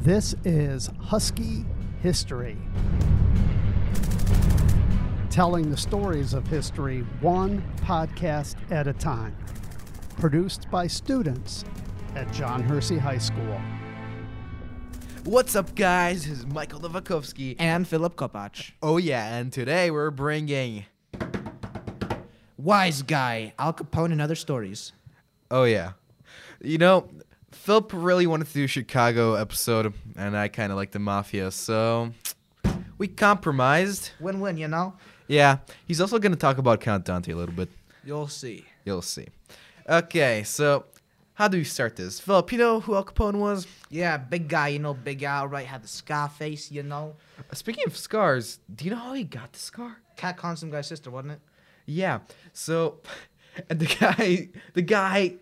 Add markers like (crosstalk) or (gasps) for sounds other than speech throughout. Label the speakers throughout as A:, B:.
A: This is Husky History, telling the stories of history one podcast at a time. Produced by students at John Hersey High School.
B: What's up, guys? This is Michael Novakovsky.
C: and Philip Kopacz.
B: Oh, yeah, and today we're bringing.
C: Wise guy, Al Capone and other stories.
B: Oh, yeah. You know, Philip really wanted to do a Chicago episode, and I kind of like the mafia, so we compromised.
C: Win win, you know?
B: Yeah, he's also going to talk about Count Dante a little bit.
C: You'll see.
B: You'll see. Okay, so how do we start this? Philip, you know who Al Capone was?
C: Yeah, big guy, you know, big Al, right? Had the scar face, you know?
B: Speaking of scars, do you know how he got the scar?
C: Cat con some guy's sister, wasn't it?
B: Yeah. So, (laughs) and the guy, the guy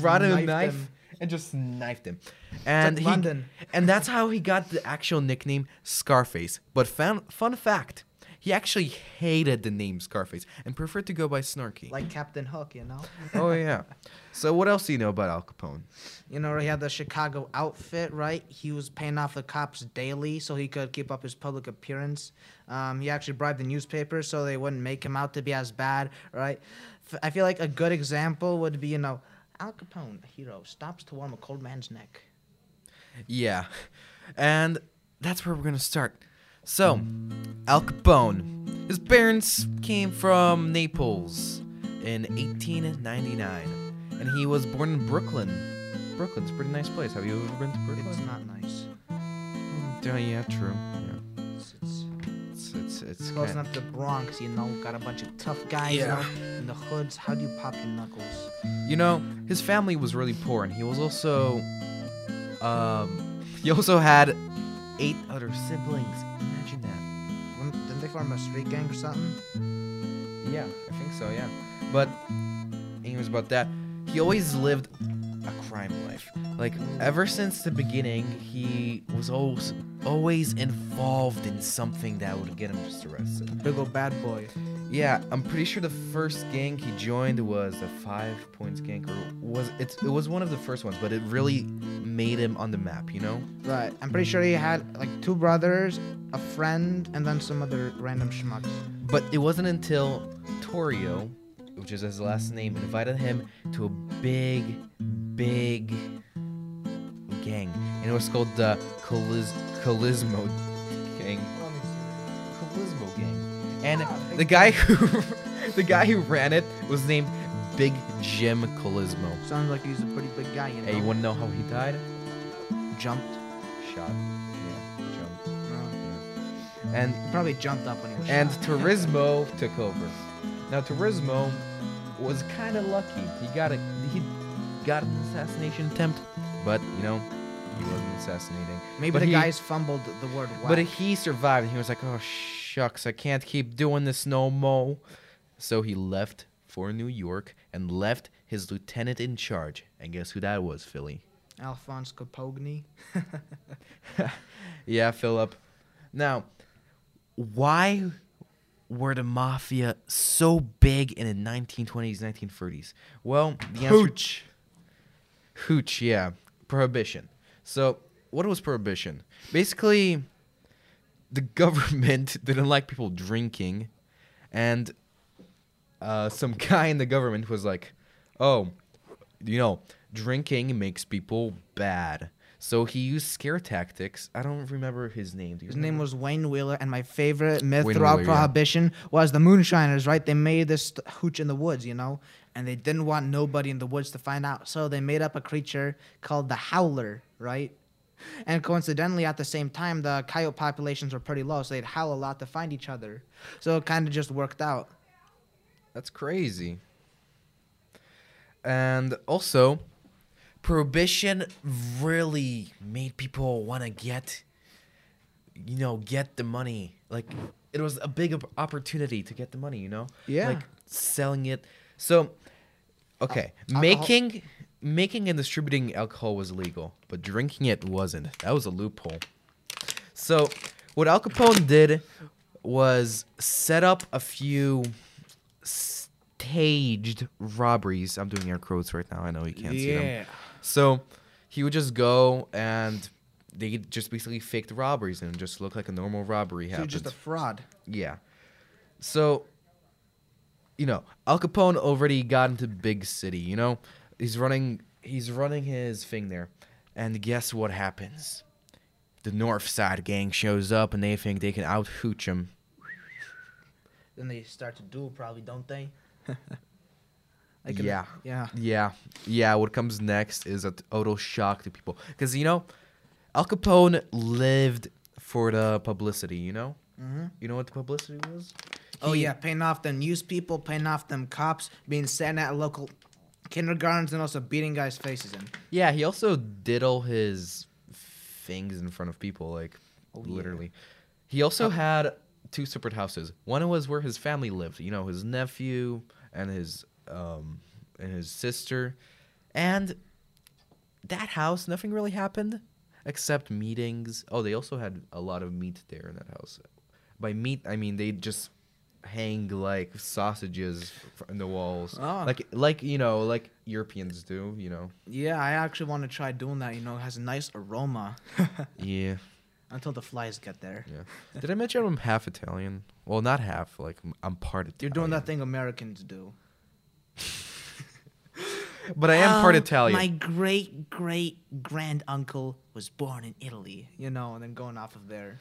B: brought him a
C: knifed
B: knife
C: him.
B: and just knifed him. And he,
C: London.
B: and that's how he got the actual nickname Scarface. But fun, fun fact, he actually hated the name Scarface and preferred to go by Snarky.
C: Like Captain Hook, you know?
B: oh yeah.
C: (laughs)
B: So what else do you know about Al Capone?
C: You know, he had the Chicago outfit, right? He was paying off the cops daily so he could keep up his public appearance. Um, he actually bribed the newspaper so they wouldn't make him out to be as bad, right? F- I feel like a good example would be, you know, Al Capone, a hero, stops to warm a cold man's neck.
B: Yeah. And that's where we're going to start. So, Al Capone. His parents came from Naples in 1899. And he was born in Brooklyn. Brooklyn's a pretty nice place. Have you ever been to
C: It's
B: Brooklyn? Mm,
C: not nice.
B: Yeah, yeah, true. Yeah.
C: It's, it's
B: It's, it's, it's
C: closing
B: kinda-
C: up the Bronx, you know. Got a bunch of tough guys
B: Yeah.
C: out in the hoods. How do you pop your knuckles?
B: You know, his family was really poor, and he was also, um, he also had eight other siblings. Imagine that.
C: Wouldn't- Didn't they form a street gang or something?
B: Yeah, I think so, yeah. But anyways about that, he always lived a crime life. Like ever since the beginning, he was always always involved in something that would get him just arrested.
C: Big ol' bad boy.
B: Yeah, I'm pretty sure the first gang he joined was the Five Points gang or was it's it was one of the first ones, but it really made him on the map, you know?
C: Right. I'm pretty sure he had like two brothers, a friend, and then some other random schmucks.
B: But it wasn't until Torrio, which is his last name, invited him to a big, big gang. And it was called the Coliz- Colismo Gang. Colismo Gang. And the guy who (laughs) the guy who ran it was named Big Jim Colismo.
C: Sounds like he's a pretty big guy, you know.
B: Hey, you wanna know how he died?
C: jumped.
B: Shot. Yeah, jumped.
C: Uh,
B: And
C: he probably jumped up when he was
B: and
C: shot.
B: Turismo took over. Now Turismo was kind of lucky. He got a he got an assassination attempt, but you know he wasn't assassinating.
C: Maybe
B: but
C: the
B: he-
C: guys fumbled the word whack.
B: But he survived. He was like, "Oh shucks, I can't keep doing this no mo." So he left for New York and left his lieutenant in charge. And guess who that was, Philly?
C: Alphonse Capogni.
B: yeah, Philip. Now, why were the mafia so big in the 1920s, 1930s? Well, the answer
C: Hooch.
B: Hooch, yeah, prohibition. So, what was prohibition? Basically, the (laughs) government (laughs) didn't like people drinking, and uh, some (laughs) guy in the government was like, "Oh, you know, drinking makes people bad." So he used scare tactics. I don't remember his name. Do you
C: His name
B: remember?
C: was Wayne Wheeler, and my favorite myth
B: Wayne
C: throughout
B: Wheeler, yeah.
C: Prohibition was the Moonshiners, right? They made this st- hooch in the woods, you know, and they didn't want nobody in the woods to find out, so they made up a creature called the Howler, right? And coincidentally, at the same time, the coyote populations were pretty low, so they'd howl a lot to find each other. So it kind of just worked out.
B: That's crazy. And also, prohibition really made people want to get, you know, get the money. Like, it was a big op- opportunity to get the money, you know?
C: Yeah.
B: Like, selling it. So, okay,
C: alcohol-
B: making. Making and distributing alcohol was legal, but drinking it wasn't. That was a loophole. So, what Al Capone did was set up a few staged robberies. I'm doing air quotes right now. I know you can't see them. So, he would just go and they just basically faked robberies and just looked like a normal robbery
C: So you're
B: happened.
C: just a fraud.
B: Yeah. So, you know, Al Capone already got into big city. You know, he's running. He's running his thing there, and guess what happens? The North Side gang shows up, and they think they can out hooch him.
C: Then they start to duel, probably, don't they? (laughs) Like in-
B: Yeah.
C: Yeah.
B: Yeah, yeah. What comes next is a total shock to people because you know, Al Capone lived for the publicity. You know, mm-hmm. you know what the publicity was?
C: Oh
B: He-
C: yeah, paying off them news people, paying off them cops, being sent at local kindergartens, and also beating guys' faces in.
B: Yeah, he also did all his things in front of people, like
C: Oh, yeah.
B: literally. He also had two separate houses. One was where his family lived, you know, his nephew and his um and his sister. And that house, nothing really happened except meetings. Oh, they also had a lot of meat there in that house. By meat, I mean they just hang like sausages fr- in the walls,
C: Ah.
B: like like you know, like Europeans do, you know.
C: Yeah, I actually want to try doing that. You know, it has a nice
B: (laughs)
C: aroma
B: Yeah.
C: until the flies get there.
B: Yeah. Did I mention I'm half Italian? Well, not half. Like m- I'm part Italian.
C: You're doing that thing Americans do.
B: But I am part
C: Um,
B: Italian.
C: My great great grand uncle was born in Italy. You know, and then going off of there.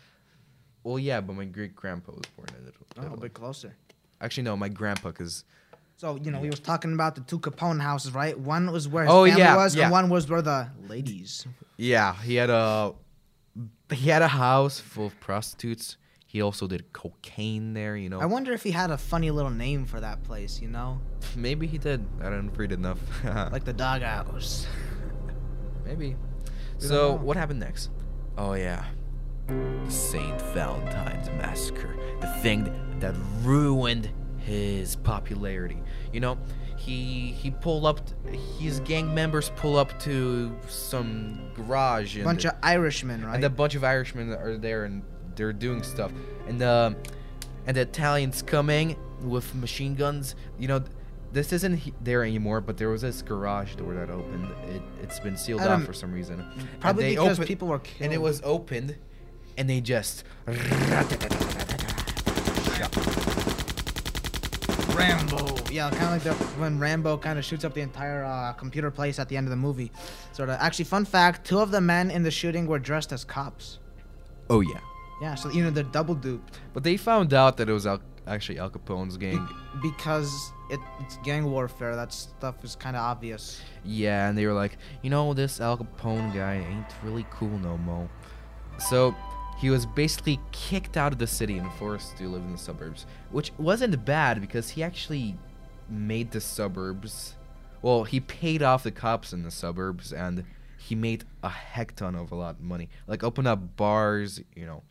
B: Well, yeah, but my great grandpa was born in Italy.
C: Oh, a bit closer.
B: Actually, no, my grandpa, cause
C: So you know, we was talking about the two Capone houses, right? One was where his
B: Oh,
C: family
B: yeah,
C: was,
B: yeah.
C: and one was where the ladies.
B: yeah, he had a he had a house full of prostitutes. He also did cocaine there. You know,
C: I wonder if he had a funny little name for that place. You know,
B: maybe he did. I don't read enough. (laughs)
C: like the doghouse.
B: Maybe.
C: We
B: So
C: don't know.
B: what happened next? Oh yeah, the Saint Valentine's massacre, the thing that ruined his popularity. You know, he he pulled up. His gang members pull up to some garage and
C: Bunch of Irishmen, right?
B: and a bunch of Irishmen are there and they're doing stuff. And the and the Italians coming with machine guns. You know, this isn't he- there anymore. But there was this garage door that opened. It it's been sealed
C: I
B: off
C: don't-
B: for some reason. And
C: Probably
B: they
C: because
B: open-
C: people were
B: And it
C: killed.
B: was opened, and they
C: (laughs)
B: just.
C: Rambo. Yeah, kind of like the, when Rambo kind of shoots up the entire uh, computer place at the end of the movie. Sort of. Actually, fun fact: two of the men in the shooting were dressed as cops.
B: Oh yeah.
C: Yeah, so you know they're double duped
B: But they found out that it was Al- actually Al Capone's gang.
C: because it, it's gang warfare. That stuff is kind of obvious.
B: Yeah, and they were like, you know, this Al Capone guy ain't really cool no mo. So he was basically kicked out of the city and forced to live in the suburbs, which wasn't bad because he actually made the suburbs. Well, he paid off the cops in the suburbs and he made a heck ton of a lot of money. Like opened up bars, you know,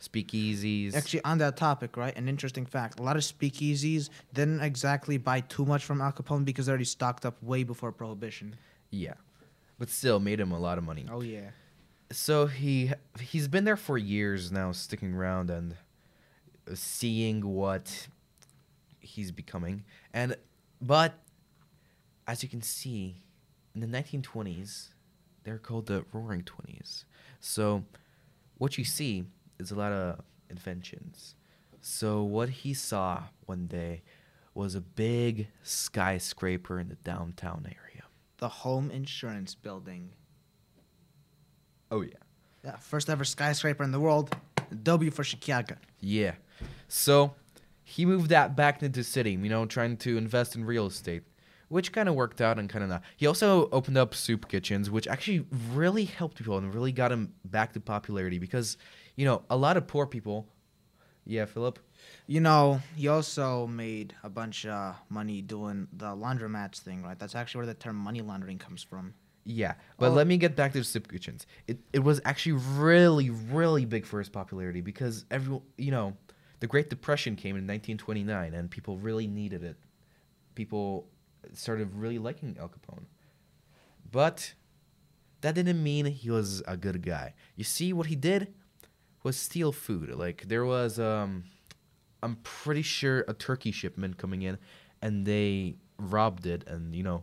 B: speakeasies.
C: Actually, on that topic, right? An interesting fact: a lot of speakeasies didn't exactly buy too much from Al Capone because they already stocked up way before Prohibition.
B: yeah. But still made him a lot of money.
C: Oh yeah.
B: so he he's been there for years now sticking around and seeing what he's becoming and but as you can see in the 1920s they're called the roaring 20s so what you see is a lot of inventions so what he saw one day was a big skyscraper in the downtown area
C: The home insurance building.
B: oh yeah
C: Yeah, first ever skyscraper in the world. W for Chicago.
B: Yeah. So he moved that back into the city, you know, trying to invest in real estate, which kind of worked out and kind of not. He also opened up soup kitchens, which actually really helped people and really got him back to popularity because, you know, a lot of poor people. Yeah, Philip.
C: You know, he also made a bunch of money doing the laundromats thing, right? That's actually where the term money laundering comes from.
B: Yeah, but
C: Oh.
B: let me get back to the soup kitchens. It it was actually really really big for its popularity because everyone, you know, the Great Depression came in 1929 and people really needed it. People started really liking Al Capone. But that didn't mean he was a good guy. You see what he did was steal food. Like there was um I'm pretty sure a turkey shipment coming in and they robbed it and you know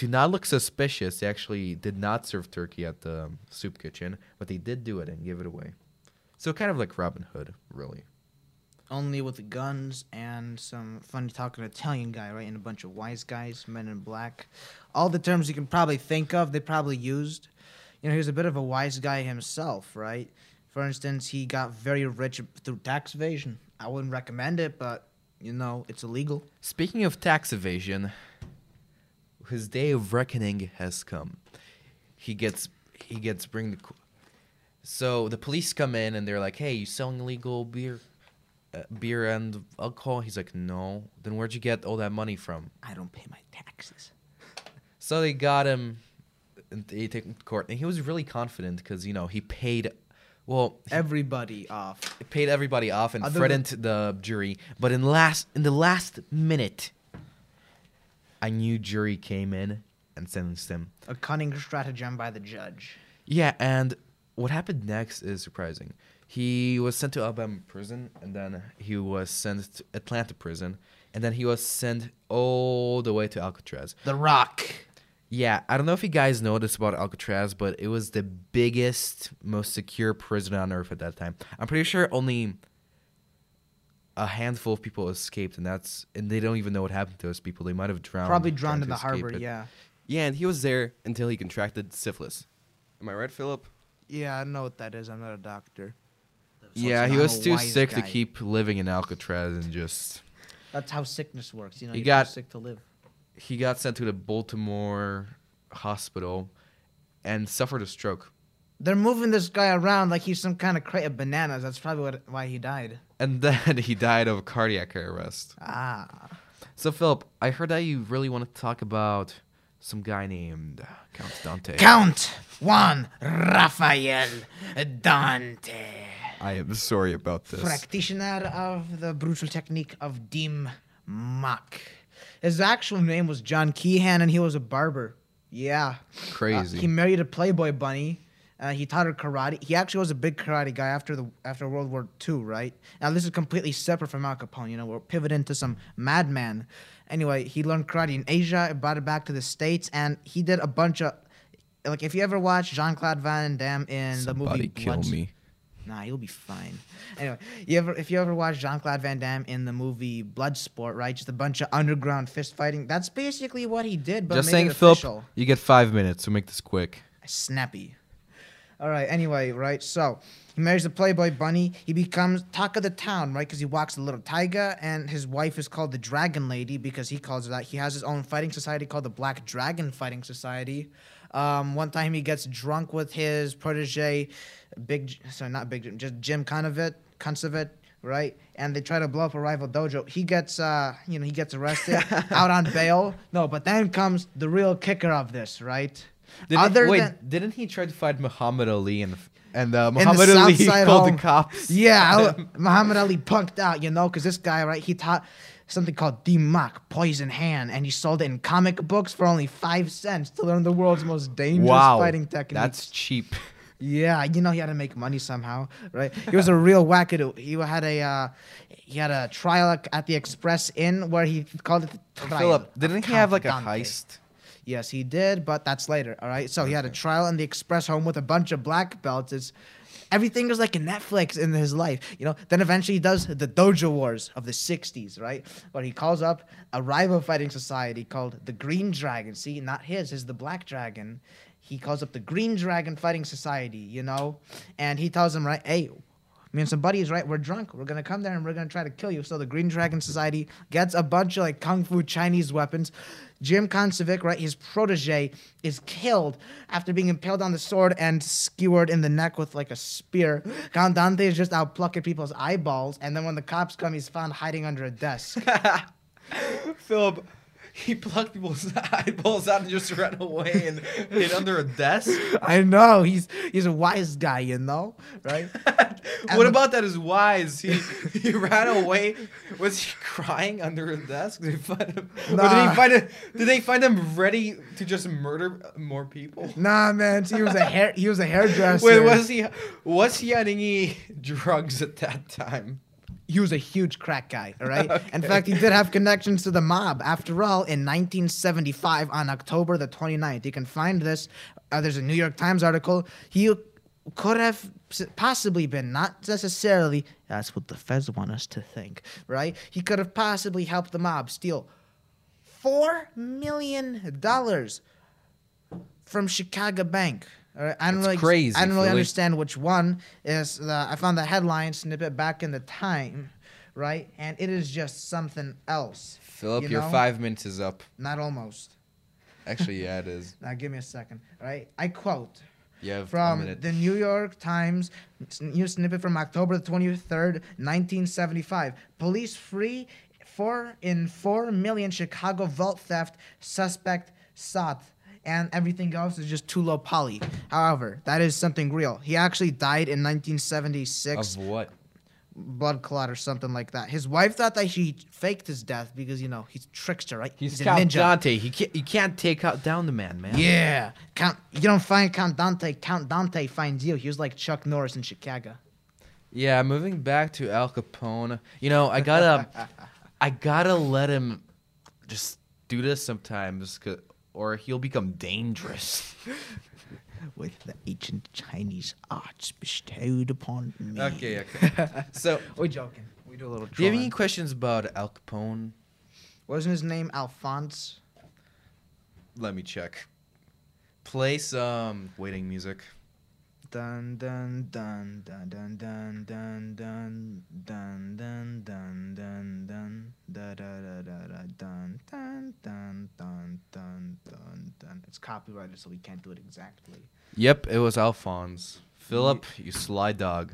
B: To not look suspicious, they actually did not serve turkey at the um, soup kitchen, but they did do it and give it away. So kind of like Robin Hood, really.
C: Only with guns and some funny talking Italian guy, right? And a bunch of wise guys, men in black. All the terms you can probably think of, they probably used. You know, he was a bit of a wise guy himself, right? For instance, he got very rich through tax evasion. I wouldn't recommend it, but, you know, it's illegal.
B: Speaking of tax evasion, his day of reckoning has come. He gets he gets bring the qu- so the police come in and they're like, "Hey, you selling illegal beer, uh, beer and alcohol?" He's like, "No." Then where'd you get all that money from?
C: I don't pay my taxes.
B: So they got him. And they take him to court, and he was really confident because you know he paid. Well, he
C: Everybody off.
B: paid everybody off and
C: Other
B: threatened the jury. But in last in the last minute, a new jury came in and sentenced him.
C: A cunning stratagem by the judge.
B: Yeah, and what happened next is surprising. He was sent to Alabama prison, and then he was sent to Atlanta prison, and then he was sent all the way to Alcatraz.
C: The Rock.
B: Yeah, I don't know if you guys know this about Alcatraz, but it was the biggest, most secure prison on earth at that time. I'm pretty sure only a handful of people escaped, and that's and they don't even know what happened to those people. They might have drowned.
C: Probably
B: trying
C: drowned
B: to
C: in the
B: escape
C: harbor,
B: it.
C: yeah.
D: Yeah, and he was there until he contracted syphilis. Am I right, Philip?
C: Yeah, I know what that is. I'm not a doctor.
B: yeah, he
C: I'm
B: was
C: a
B: too
C: wise
B: sick to
C: guy.
B: keep living in Alcatraz, and just
C: That's how sickness works. You know,
B: You
C: you
B: got-
C: got sick to live.
B: he got sent to the Baltimore hospital and suffered a stroke.
C: They're moving this guy around like he's some kind of crate of bananas. That's probably what, why he died.
B: And then (laughs) he died of cardiac arrest.
C: Ah,
B: So Philip, I heard that you really want to talk about some guy named Count Dante.
C: Count Juan Rafael Dante,
D: I am sorry about this.
C: practitioner of the brutal technique of Dim Mak. His actual name was John Keehan, and he was a barber. Yeah,
B: Crazy.
C: Uh, he married a Playboy bunny. Uh, he taught her karate. He actually was a big karate guy after the after World War II, right? Now this is completely separate from Al Capone. You know, we're pivoting to some madman. Anyway, he learned karate in Asia and brought it back to the states, and he did a bunch of like if you ever watch Jean Claude Van Damme in the movie Blood- Nah, you'll be fine. Anyway, you ever if you ever watch Jean Claude Van Damme in the movie Bloodsport, right? Just a bunch of underground fist fighting. That's basically what he did, but
B: Just
C: make
B: saying,
C: it
B: Philip,
C: official
B: you get five minutes, so make this quick.
C: snappy. All right. Anyway, right. So he marries the Playboy Bunny. He becomes talk of the town, right? Because he walks a little tiger, and his wife is called the Dragon Lady because he calls her that. He has his own fighting society called the Black Dragon Fighting Society. Um, one time he gets drunk with his protege, Big. J- Sorry, not Big. Jim, Just Jim Conovet. Consovet. Right, and they try to blow up a rival dojo. He gets, uh, you know, he gets arrested, out on bail. No, but then comes the real kicker of this, right?
B: wait, didn't he try to fight Muhammad Ali and and uh,
C: in the
B: Muhammad Ali (laughs)
C: South Side
B: called
C: home.
B: the cops?
C: Yeah,
B: (laughs)
C: I w- Muhammad Ali punked out, you know, because this guy, right, he taught something called Dimak, poison hand, and he sold it in comic books for only five cents to learn the world's most dangerous
B: Wow,
C: fighting technique.
B: that's cheap.
C: Yeah, you know he had to make money somehow, right? He was a real wackadoo. He had a uh, he had a trial ac- at the Express Inn where he called it the trial.
B: Philip,
C: of
B: didn't he have like a
C: Count Dante.
B: heist?
C: Yes, he did, but that's later. All right. So he had a trial in the express home with a bunch of black belts. It's everything was like a Netflix in his life, you know. Then eventually he does the Dojo Wars of the '60s, right? Where he calls up a rival fighting society called the Green Dragon. See, not his, his the Black Dragon. He calls up the Green Dragon Fighting Society, you know, and he tells them, right, hey, me and some buddies, right? We're drunk. We're gonna come there and we're gonna try to kill you. So the Green Dragon Society gets a bunch of like kung fu Chinese weapons. Jim Konsovic, right, his protege, is killed after being impaled on the sword and skewered in the neck with like a spear. Count Dante is just out plucking people's eyeballs, and then when the cops come, he's found hiding under a desk.
B: Philip, he plucked people's (laughs) eyeballs out and just ran away and hid under a desk.
C: I know he's he's a wise guy, you know, right?
B: what about that is wise? He he ran away. Was he crying under a desk? Did they find him? Or did
C: Nah.
B: he find him? Did they find him ready to just murder more (laughs) people?
C: Nah, man, he was a hair he
B: (laughs)
C: was a hairdresser.
B: Wait, was he was he on any drugs at that time?
C: he was a huge crack guy,
B: (laughs)
C: all right? In fact, he did have connections to the mob. After all, in 1975, on October the 29th, you can find this. Uh, there's a New York Times article. He could have s- possibly been, not necessarily, that's what the feds want us to think, right? He could have possibly helped the mob steal $4 million from Chicago Bank. All right, I don't
B: That's
C: really,
B: crazy,
C: I don't really
B: Philly.
C: understand which one is. The, I found the headline snippet back in the time, right? And it is just something else.
B: Philip,
C: you
B: your
C: know?
B: five minutes is up.
C: Not almost.
B: Actually, yeah, it is.
C: Now give me a second, all right? I quote
B: You have a
C: from
B: minute.
C: the New York Times s- news snippet from October the 23rd, 1975. Police free four in four million Chicago vault theft suspect sought. And everything else is just too low poly. However, that is something real. He actually died in 1976,
B: Of what?
C: blood clot or something like that. His wife thought that he faked his death because you know he's a trickster, right?
B: He's,
C: a
B: Count
C: ninja.
B: Dante. He can't, you can't take out down the man, man.
C: Yeah, Count. You don't find Count Dante. Count Dante finds you. He was like Chuck Norris in Chicago.
B: Yeah, moving back to Al Capone. You know, I (laughs) gotta, I gotta let him just do this sometimes, 'cause- or he'll become (laughs) dangerous.
C: with the ancient Chinese arts bestowed upon me.
B: okay, okay. (laughs) So,
C: We're joking. We do a little
B: do you have any
C: trolling.
B: questions about Al Capone?
C: Wasn't his name Alphonse?
B: Let me check. Play some waiting music.
C: Dun dun dun dun dun dun dun dun dun dun dun dun dun da da da da da dun dun dun dun dun dun dun. It's copyrighted, so we can't do it exactly.
B: Yep, it was Alphonse. Philip, you sly dog.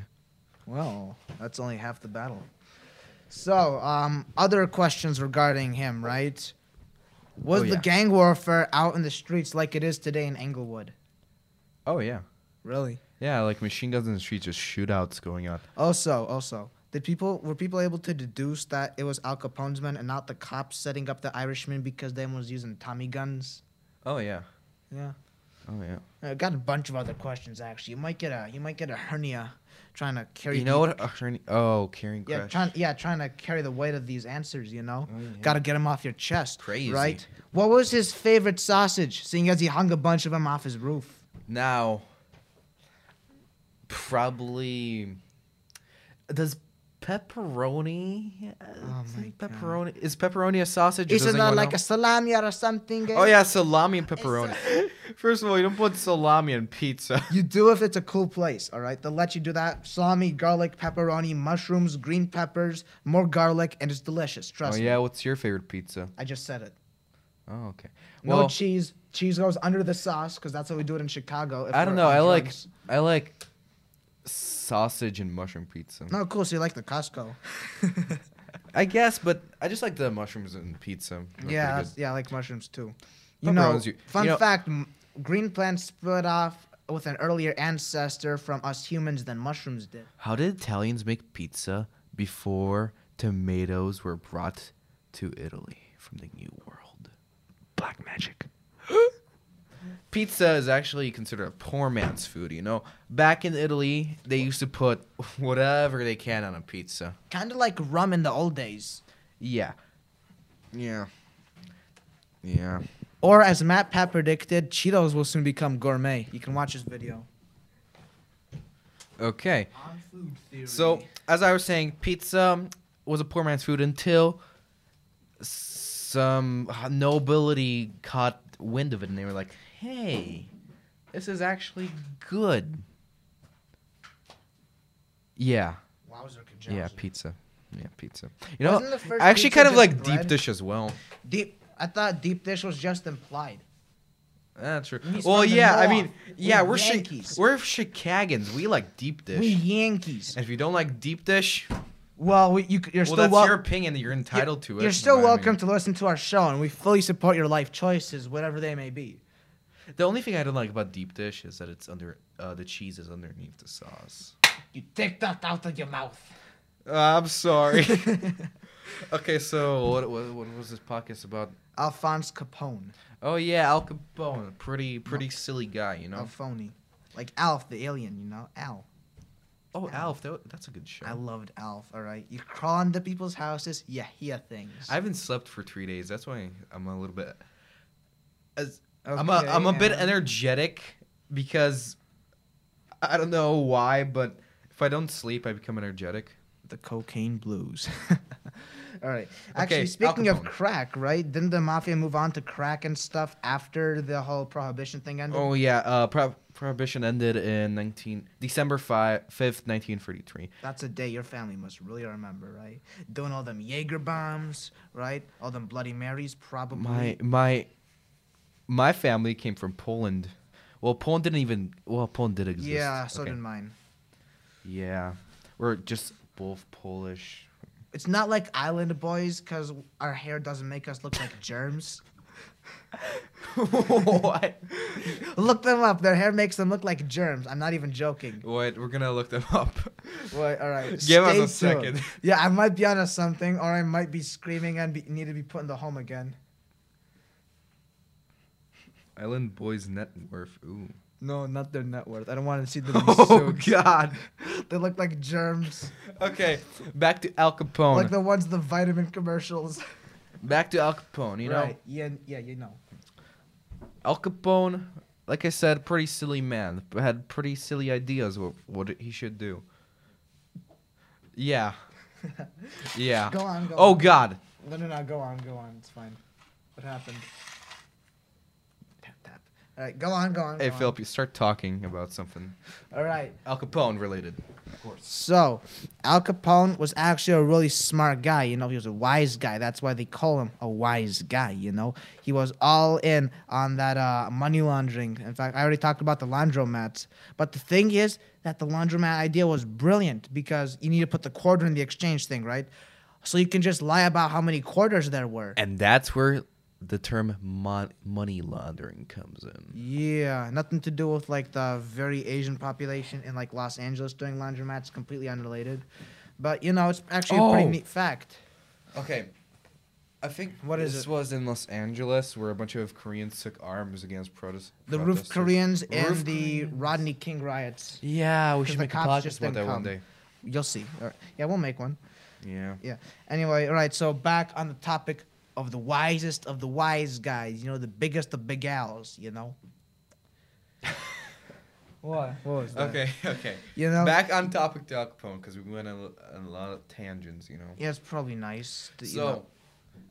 C: Well, that's only half the battle. So, um, other questions regarding him, right? Was
B: Oh,
C: the
B: yeah.
C: gang warfare out in the streets like it is today in Englewood?
B: Oh yeah,
C: Really?
B: yeah, like machine guns in the street, just shootouts going on.
C: Also, also, did people were people able to deduce that it was Al Capone's men and not the cops setting up the Irishmen because they was using Tommy guns?
B: Oh yeah,
C: Yeah.
B: oh yeah.
C: I got a bunch of other questions actually. You might get a you might get a hernia trying to carry
B: You know
C: peop-
B: what? Attorney- Oh, carrying
C: Yeah,
B: crash.
C: trying yeah, trying to carry the weight of these answers, you know.
B: Oh, yeah.
C: Got to get them off your chest,
B: Crazy.
C: right? What was his favorite sausage? Seeing as he hung a bunch of them off his roof.
B: Now, probably does pepperoni.
C: Oh
B: Oh
C: my God.
B: pepperoni is pepperoni a sausage? or does
C: Isn't that
B: anyone
C: like a
B: else-
C: salami or something? eh?
B: Oh yeah, salami and pepperoni.
C: (laughs)
B: First of all, you don't put salami on pizza.
C: You do if it's a cool place, all right? They'll let you do that. Salami, garlic, pepperoni, mushrooms, green peppers, more garlic, and it's delicious.
B: Oh
C: Trust
B: yeah,
C: me.
B: what's your favorite pizza?
C: I just said it.
B: Oh okay.
C: No
B: Well,
C: cheese. Cheese goes under the sauce because that's how we do it in Chicago. if
B: I don't
C: we're
B: know.
C: on
B: I like
C: drugs.
B: I like sausage and mushroom pizza.
C: No, cool. So you like the Costco?
B: I guess, but I just like the mushrooms and pizza. They're
C: yeah,
B: pretty
C: that's,
B: good.
C: yeah, I like mushrooms too. You know,
B: Pepperoni's you-
C: fun
B: you know-
C: fact: m- green plants split off with an earlier ancestor from us humans than mushrooms did.
B: How did Italians make pizza before tomatoes were brought to Italy from the New World?
C: Black magic.
B: (gasps) Pizza is actually considered a poor man's food, you know? Back in Italy, they used to put whatever they can on a pizza.
C: Kind of like rum in the old days.
B: Yeah. Yeah. Yeah.
C: Or as Matt Pat predicted, Cheetos will soon become gourmet. You can watch this video.
B: Okay.
C: On food theory.
B: So, as I was saying, pizza was a poor man's food until some nobility caught wind of it and they were like, hey, this is actually good. Yeah.
C: Wowzer conjunction.
B: Yeah, pizza. Yeah, pizza. You know,
C: Wasn't the first
B: I actually
C: pizza
B: kind of
C: just
B: like
C: bread?
B: deep dish as well.
C: deep. I thought deep dish was just implied.
B: That's true.
C: We
B: Well,
C: from the
B: yeah, I
C: north.
B: mean,
C: We're
B: yeah, we're chi-
C: Yankees.
B: we're Chicagans. We like deep dish.
C: We Yankees.
B: and if you don't like deep dish,
C: Well, we, you, c- you're
B: well,
C: still
B: that's
C: wel-
B: your opinion. You're entitled to it.
C: You're still
B: but I mean-
C: welcome to listen to our show, and we fully support your life choices, whatever they may be.
B: The only thing I don't like about deep dish is that it's under uh, the cheese is underneath the sauce.
C: You take that out of your mouth.
B: Ah, I'm (laughs) sorry. okay, so what, what what was this podcast about?
C: (laughs) Alphonse Capone.
B: Oh yeah, Al Capone, pretty pretty silly guy, you know.
C: Alphony. Like Alf the alien, you know? Al.
B: Oh, Alf, that, that's a good show.
C: I loved Alf. All right, you crawl into people's houses, you hear things.
B: I haven't slept for three days. That's why I'm a little bit. As I'm a I'm a bit
C: Okay, and-
B: energetic because I don't know why, but if I don't sleep, I become energetic.
C: the cocaine blues. (laughs) All right. Actually,
B: Okay, Al
C: speaking of
B: Capone.
C: crack, right? Didn't the mafia move on to crack and stuff after the whole prohibition thing ended?
B: Oh yeah, uh, pro- prohibition ended in 19 December 5, 5th, 1943.
C: That's a day your family must really remember, right? Doing all them Jaeger bombs, right? All them Bloody Marys, probably.
B: My my my family came from Poland. Well, Poland didn't even well, Poland did exist.
C: yeah, so
B: Okay.
C: did mine.
B: Yeah, we're just both
C: (laughs)
B: Polish.
C: It's not like Island Boys because our hair doesn't make us look
B: (laughs)
C: like germs.
B: what?
C: Look them up. Their hair makes them look like germs. I'm not even joking.
B: What? We're gonna look them up. (laughs)
C: Well, all right.
B: Give us a
C: stay tuned.
B: second.
C: Yeah, I might be onto something, or I might be screaming and be, need to be put in the home again.
B: Island Boys net worth. Ooh.
C: No, not their net worth. I don't want to (laughs) see them
B: Oh
C: sued.
B: God.
C: They look like germs,
B: Okay, back to Al Capone.
C: like the ones the vitamin commercials.
B: back to Al Capone. (laughs) You know,
C: right? Yeah, yeah, you know.
B: Al Capone, like I said, pretty silly man. Had pretty silly ideas what what he should do.
C: (laughs)
B: Yeah. Yeah.
C: Go on, go
B: oh
C: on.
B: God.
C: No, no, no. Go on, go on. It's fine. What happened? Tap tap. All right, go on, go on.
B: Hey
C: go on.
B: Philip, you start talking about something
C: All right.
B: Al Capone related.
C: So, Al Capone was actually a really smart guy. You know, he was a wise guy. That's why they call him a wise guy. You know, he was all in on that uh, money laundering. In fact, I already talked about the laundromats. But the thing is that the laundromat idea was brilliant because you need to put the quarter in the exchange thing, right? So you can just lie about how many quarters there were.
B: And that's where the term mon- money laundering comes in.
C: Yeah, nothing to do with like the very Asian population in like Los Angeles doing laundromats. Completely unrelated. But you know, it's actually a
B: Oh.
C: pretty neat fact.
B: Okay. I think
C: What is
B: this
C: it?
B: was in Los Angeles where a bunch of Koreans took arms against protes-
C: The Roof
B: protesters.
C: Koreans and
B: Roof
C: the Rodney King riots.
B: Yeah, we
C: 'Cause
B: should
C: the
B: make a
C: cops
B: podcast
C: just
B: about that
C: didn't
B: one
C: come.
B: day.
C: You'll see. All right. Yeah, we'll make one.
B: Yeah.
C: Yeah. Anyway, all right. So back on the topic of the wisest of the wise guys. You know, the biggest of big owls.
B: (laughs)
C: You know. what? What was that?
B: Okay, (laughs) okay.
C: You know.
B: Back on topic to Al Capone because we went on a, on a lot of tangents, you know.
C: Yeah, it's probably nice. That, you
B: So,
C: know-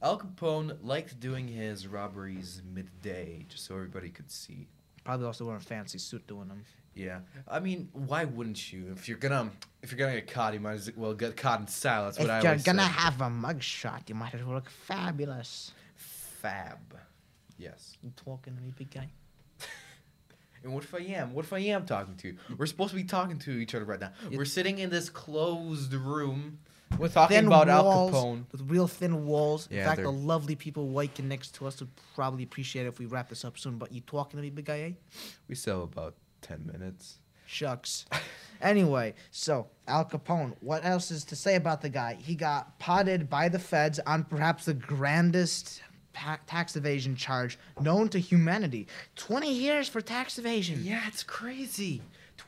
B: Al Capone liked doing his robberies midday, just so everybody could see.
C: probably also wearing a fancy suit doing them.
B: Yeah, I mean, why wouldn't you? If you're gonna, um, if you're gonna get caught, you might as well get caught in style. That's
C: if
B: what I
C: you're
B: always
C: gonna
B: say.
C: have a mugshot, you might as well look fabulous.
B: Fab. Yes.
C: You talking to me, big guy?
B: And what if I am? What if I am talking to you? We're supposed to be talking to each other right now.
C: You-
B: We're sitting in this closed room. We're talking
C: thin
B: about
C: walls,
B: Al Capone.
C: With real thin walls. In
B: Yeah,
C: fact,
B: they're-
C: the lovely people waking next to us would probably appreciate it if we wrap this up soon. But you talking to me, big guy? eh?
B: We still have about ten minutes. (laughs)
C: Shucks. anyway, so Al Capone, what else is to say about the guy? He got potted by the feds on perhaps the grandest pa- tax evasion charge known to humanity 20 years for tax evasion.
B: Yeah, it's crazy.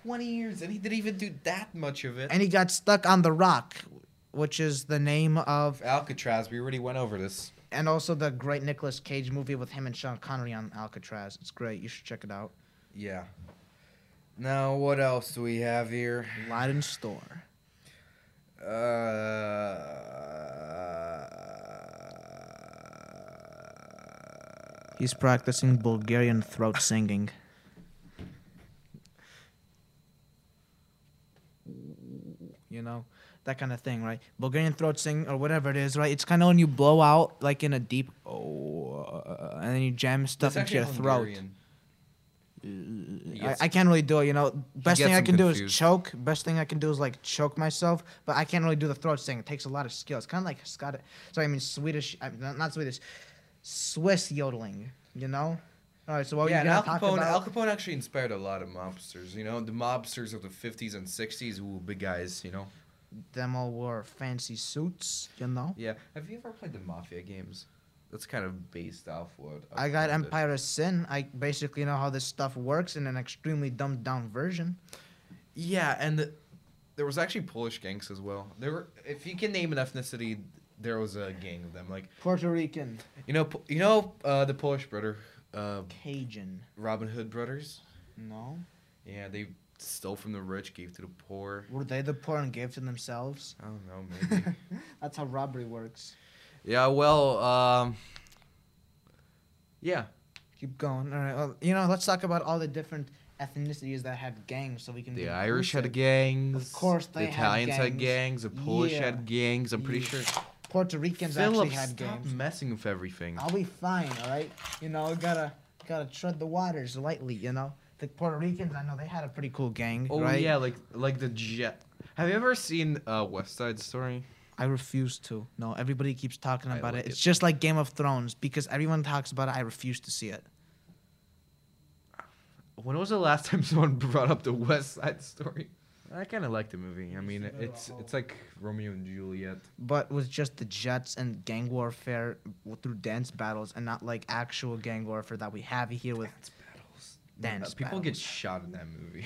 B: 20 years, and he didn't even do that much of it.
C: And he got stuck on the rock, which is the name of,
B: Alcatraz, we already went over this.
C: and also the great Nicolas Cage movie with him and Sean Connery on Alcatraz. It's great. You should check it out.
B: Yeah. Now, what else do we have here?
C: Leiden store.
B: Uh,
C: He's practicing Bulgarian throat singing. You know, that kind of thing, right? Bulgarian throat singing or whatever it is, right? It's kind of when you blow out like in a deep oh, uh, and then you jam stuff
B: that's
C: into your
B: Hungarian.
C: throat.
B: Yes.
C: I, I can't really do it, you know. Best thing
B: gets
C: I
B: them
C: can do is
B: confused.
C: choke. Best thing I can do is like choke myself, but I can't really do the throat sing. It takes a lot of skill. It's kind of like Scott. Sorry, I mean Swedish. I mean, not not Swedish. Swiss yodeling. You know. All right. So what
B: yeah, and
C: were oh, you
B: Al
C: gonna talk
B: Capone,
C: about?
B: Al Capone actually inspired a lot of mobsters. You know, the mobsters of the 50s and 60s, ooh, big guys, you know.
C: Them all wore fancy suits. You know.
B: Yeah. Have you ever played the Mafia games? That's kind of based off what.
C: I got
B: Capone did.
C: Empire of Sin. I basically know how this stuff works in an extremely dumbed down version.
B: Yeah, and the, there was actually Polish gangs as well. There were, if you can name an ethnicity, there was a gang of them. Like
C: Puerto Rican,
B: you know, Po- you know, uh, the Polish brother, uh,
C: Cajun.
B: Robin Hood brothers.
C: No,
B: Yeah, they stole from the rich, gave to the poor.
C: were they the poor and gave to themselves? (laughs)
B: I don't know, maybe.
C: That's how robbery works.
B: yeah, well, um, yeah,
C: Keep going. All right. Well, you know, let's talk about all the different ethnicities that had gangs, so we can.
B: the
C: be
B: Irish had
C: inclusive.
B: gangs.
C: Mm-hmm. course they
B: the
C: had
B: Italians had gangs.
C: gangs.
B: The Polish
C: Yeah.
B: had gangs. I'm pretty
C: Yeah.
B: sure.
C: Puerto Ricans
B: Philip,
C: actually had
B: stop
C: gangs.
B: messing with everything.
C: I'll be fine. All right. You know, gotta gotta tread the waters lightly. You know, the Puerto Ricans. I know they had a pretty cool gang.
B: Oh
C: right?
B: yeah, like like the jet. Have you ever seen uh, West Side Story?
C: I refuse to. No, everybody keeps talking
D: I
C: about
D: like
C: it. It's
D: it.
C: just like Game of Thrones because everyone talks about it. I refuse to see it.
B: When was the last (laughs) time someone brought up the West Side Story? I kind of like the movie. I mean, it's it's like Romeo and Juliet.
C: But with just the jets and gang warfare w- through dance battles and not like actual gang warfare that we have here with
B: battles.
C: Dance
B: Uh, people get
C: battles.
B: shot in that movie.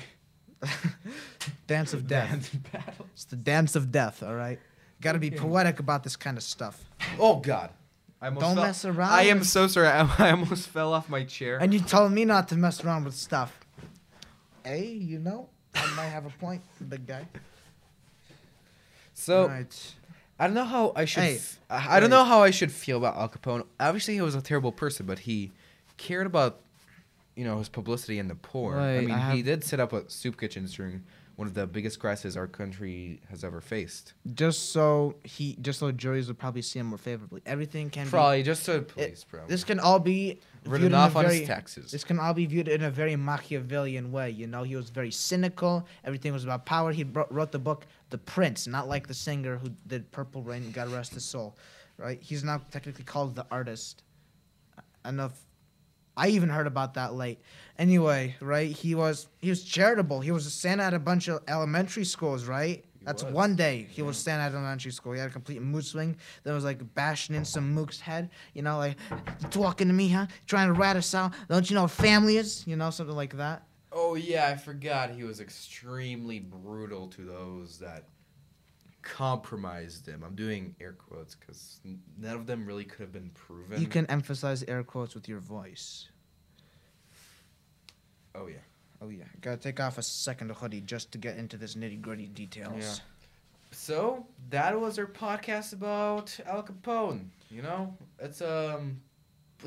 C: (laughs) dance of death.
B: Dance battles.
C: It's the dance of death. All right. Got to be
B: Okay.
C: poetic about this kind of stuff.
B: Oh God. I almost
C: Don't
B: fell-
C: mess around
B: I am
C: with-
B: so sorry. (laughs) I, I almost fell off my chair.
C: And you told me not to mess around with stuff. Hey, you know, I might have a point, big guy.
B: so
C: right.
B: I don't know how I should.
C: Hey,
B: f- I I don't
C: wait.
B: know how I should feel about Al Capone. Obviously, he was a terrible person, but he cared about, you know, his publicity and the poor. I
C: Wait,
B: mean,
C: I
B: he
C: have-
B: did set up a soup kitchens during one of the biggest crises our country has ever faced.
C: just so he, just so juries would probably see him more favorably. Everything can be
B: Probably just to police, probably.
C: This can all be viewed
B: Written
C: in a
B: off on his
C: very-
B: taxes.
C: This can all be viewed in a very Machiavellian way. You know, he was very cynical. Everything was about power. He bro- wrote the book The Prince, not like the singer who did Purple Rain. and God rest his soul, right? He's now technically called the artist. Enough. I even heard about that late. Anyway, right? He was he was charitable. He was a Santa at a bunch of elementary schools, right? That's
B: was.
C: one day he was Santa at elementary school. He had a complete mood swing. That was like bashing in some mook's head. You know, like talking to me, huh? Trying to rat us out. Don't you know what family is? You know, something like that.
B: oh yeah, I forgot. He was extremely brutal to those that compromised him. I'm doing air quotes because none of them really could have been proven.
C: You can emphasize air quotes with your voice.
B: Oh yeah.
C: Oh yeah, gotta take off a second hoodie just to get into this nitty gritty details.
B: So that was our podcast about Al Capone. You know, it's um,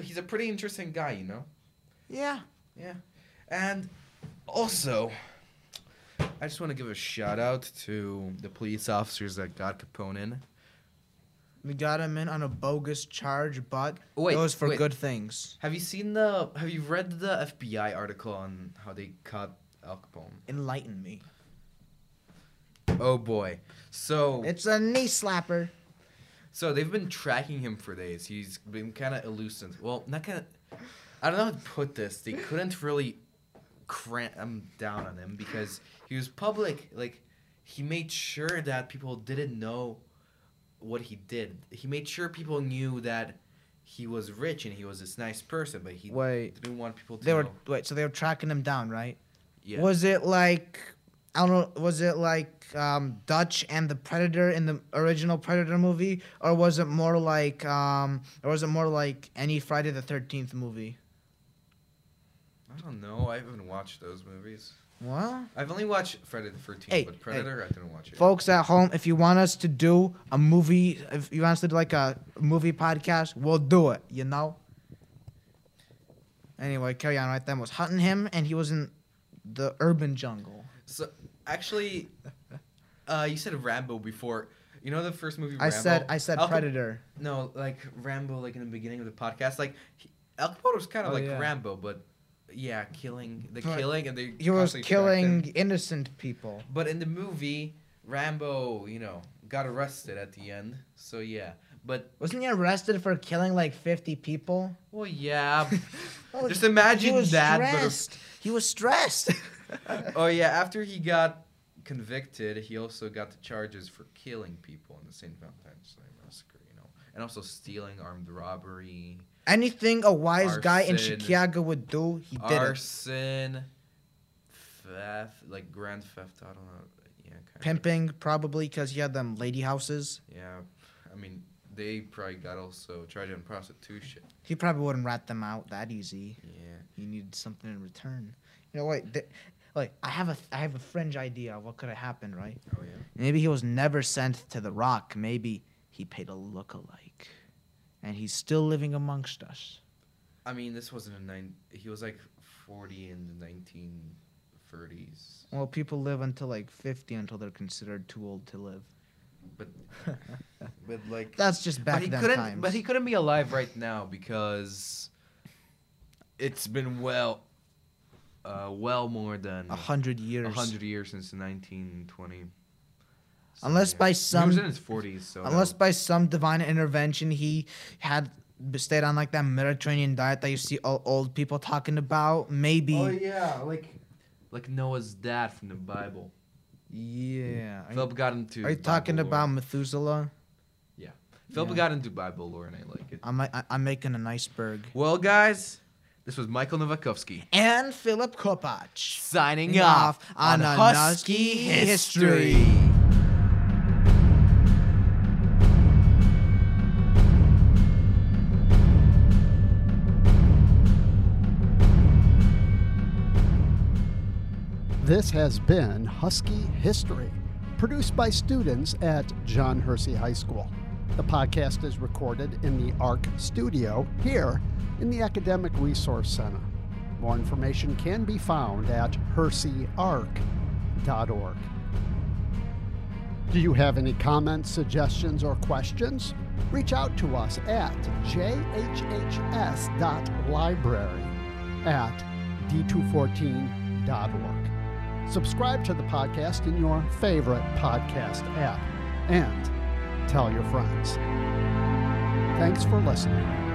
B: he's a pretty interesting guy. You know,
C: Yeah.
B: yeah, and also, I just want to give a shout out to the police officers that got Capone in.
C: We got him in on a bogus charge, but
B: Wait,
C: those for
B: wait.
C: good things.
B: Have you seen the? Have you read the FBI article on how they caught Al Capone?
C: Enlighten me.
B: Oh boy. So
C: It's a knee slapper.
B: So they've been tracking him for days. He's been kind of elusive. Well, not kind of. I don't know how to put this. They couldn't really cramp him down on him because he was public. Like he made sure that people didn't know what he did. He made sure people knew that he was rich and he was this nice person, but he
C: Wait.
B: didn't want people to
C: They
B: know.
C: were wait, so they were tracking him down, right?
B: yeah.
C: Was it like I don't know, was it like um, Dutch and the Predator in the original Predator movie or was it more like um or was it more like any Friday the 13th movie?
B: I don't know. I haven't watched those movies.
C: Well,
B: I've only watched Friday the Thirteenth,
C: Hey,
B: but
C: hey.
B: Predator I didn't watch it.
C: folks at home, if you want us to do a movie, if you want us to do like a movie podcast, we'll do it. You know. Anyway, carry on. Right then was hunting him, and he was in the urban jungle.
B: So actually, uh, you said Rambo before. You know the first movie.
C: I
B: Rambo?
C: said, I said
B: Al Cap-
C: predator.
B: No, like Rambo, like in the beginning of the podcast, like he, Al Capone was kind of
C: Oh,
B: like
C: yeah.
B: Rambo, but yeah, killing the
C: But
B: killing and they
C: He was
B: constantly tracked
C: killing
B: him.
C: innocent people.
B: But in the movie, Rambo, you know, got arrested at the end. So yeah, but
C: Wasn't he arrested for killing like 50 people?
B: well,
C: (laughs)
B: yeah.
C: Oh,
B: Just imagine
C: he was
B: that. but a-
C: Stressed. He was stressed. (laughs)
B: oh yeah, after he got convicted, he also got the charges for killing people in the St. Valentine's Day massacre, you know, and also stealing, armed robbery,
C: Anything a wise guy in
B: Arson.
C: Chicago would do, he did it.
B: arson, theft, like grand theft. I don't know. Yeah,
C: pimping probably because he had them lady houses.
B: Yeah, I mean, they probably got also charged on prostitution.
C: He probably wouldn't rat them out that easy.
B: Yeah.
C: He needed something in return. You know what? Th- like I have a I have a fringe idea of what could have happened, right?
B: Oh yeah.
C: Maybe he was never sent to the Rock. Maybe he paid a lookalike, and he's still living amongst us.
B: I mean, this wasn't a nine. He was like forty in the nineteen thirties.
C: Well, people live until like 50 until they're considered too old to live. (laughs)
B: But but like
C: That's just back
B: but he
C: then
B: couldn't
C: times.
B: but he couldn't be alive right now because it's been well uh, well more than
C: a hundred years.
B: a hundred years since 1920. So,
C: Unless by
B: he was
C: some-
B: in his 40s, so that
C: Unless
B: would-
C: by some divine intervention he had stayed on like that Mediterranean diet that you see all old people talking about. Maybe.
B: oh yeah, like like Noah's dad from the Bible.
C: yeah. Are you,
B: Philip got into.
C: are you
B: Bible
C: talking
B: lore.
C: about Methuselah?
B: Philip
C: yeah.
B: got into Bible lore, and I like it.
C: I'm, I, I'm making an iceberg.
B: Well, guys, this was Michael Novakovsky
C: And Philip Kopach.
B: signing
C: Signing
B: off
C: off
B: on,
C: on a
B: Husky
C: Nusky
B: history.
C: History.
A: This has been Husky History, produced by students at John Hersey High School. The podcast is recorded in the ARC studio here in the Academic Resource Center. More information can be found at herseyarc.org. Do you have any comments, suggestions, or questions? Reach out to us at jhhs.library at d214.org. Subscribe to the podcast in your favorite podcast app and tell your friends. Thanks for listening.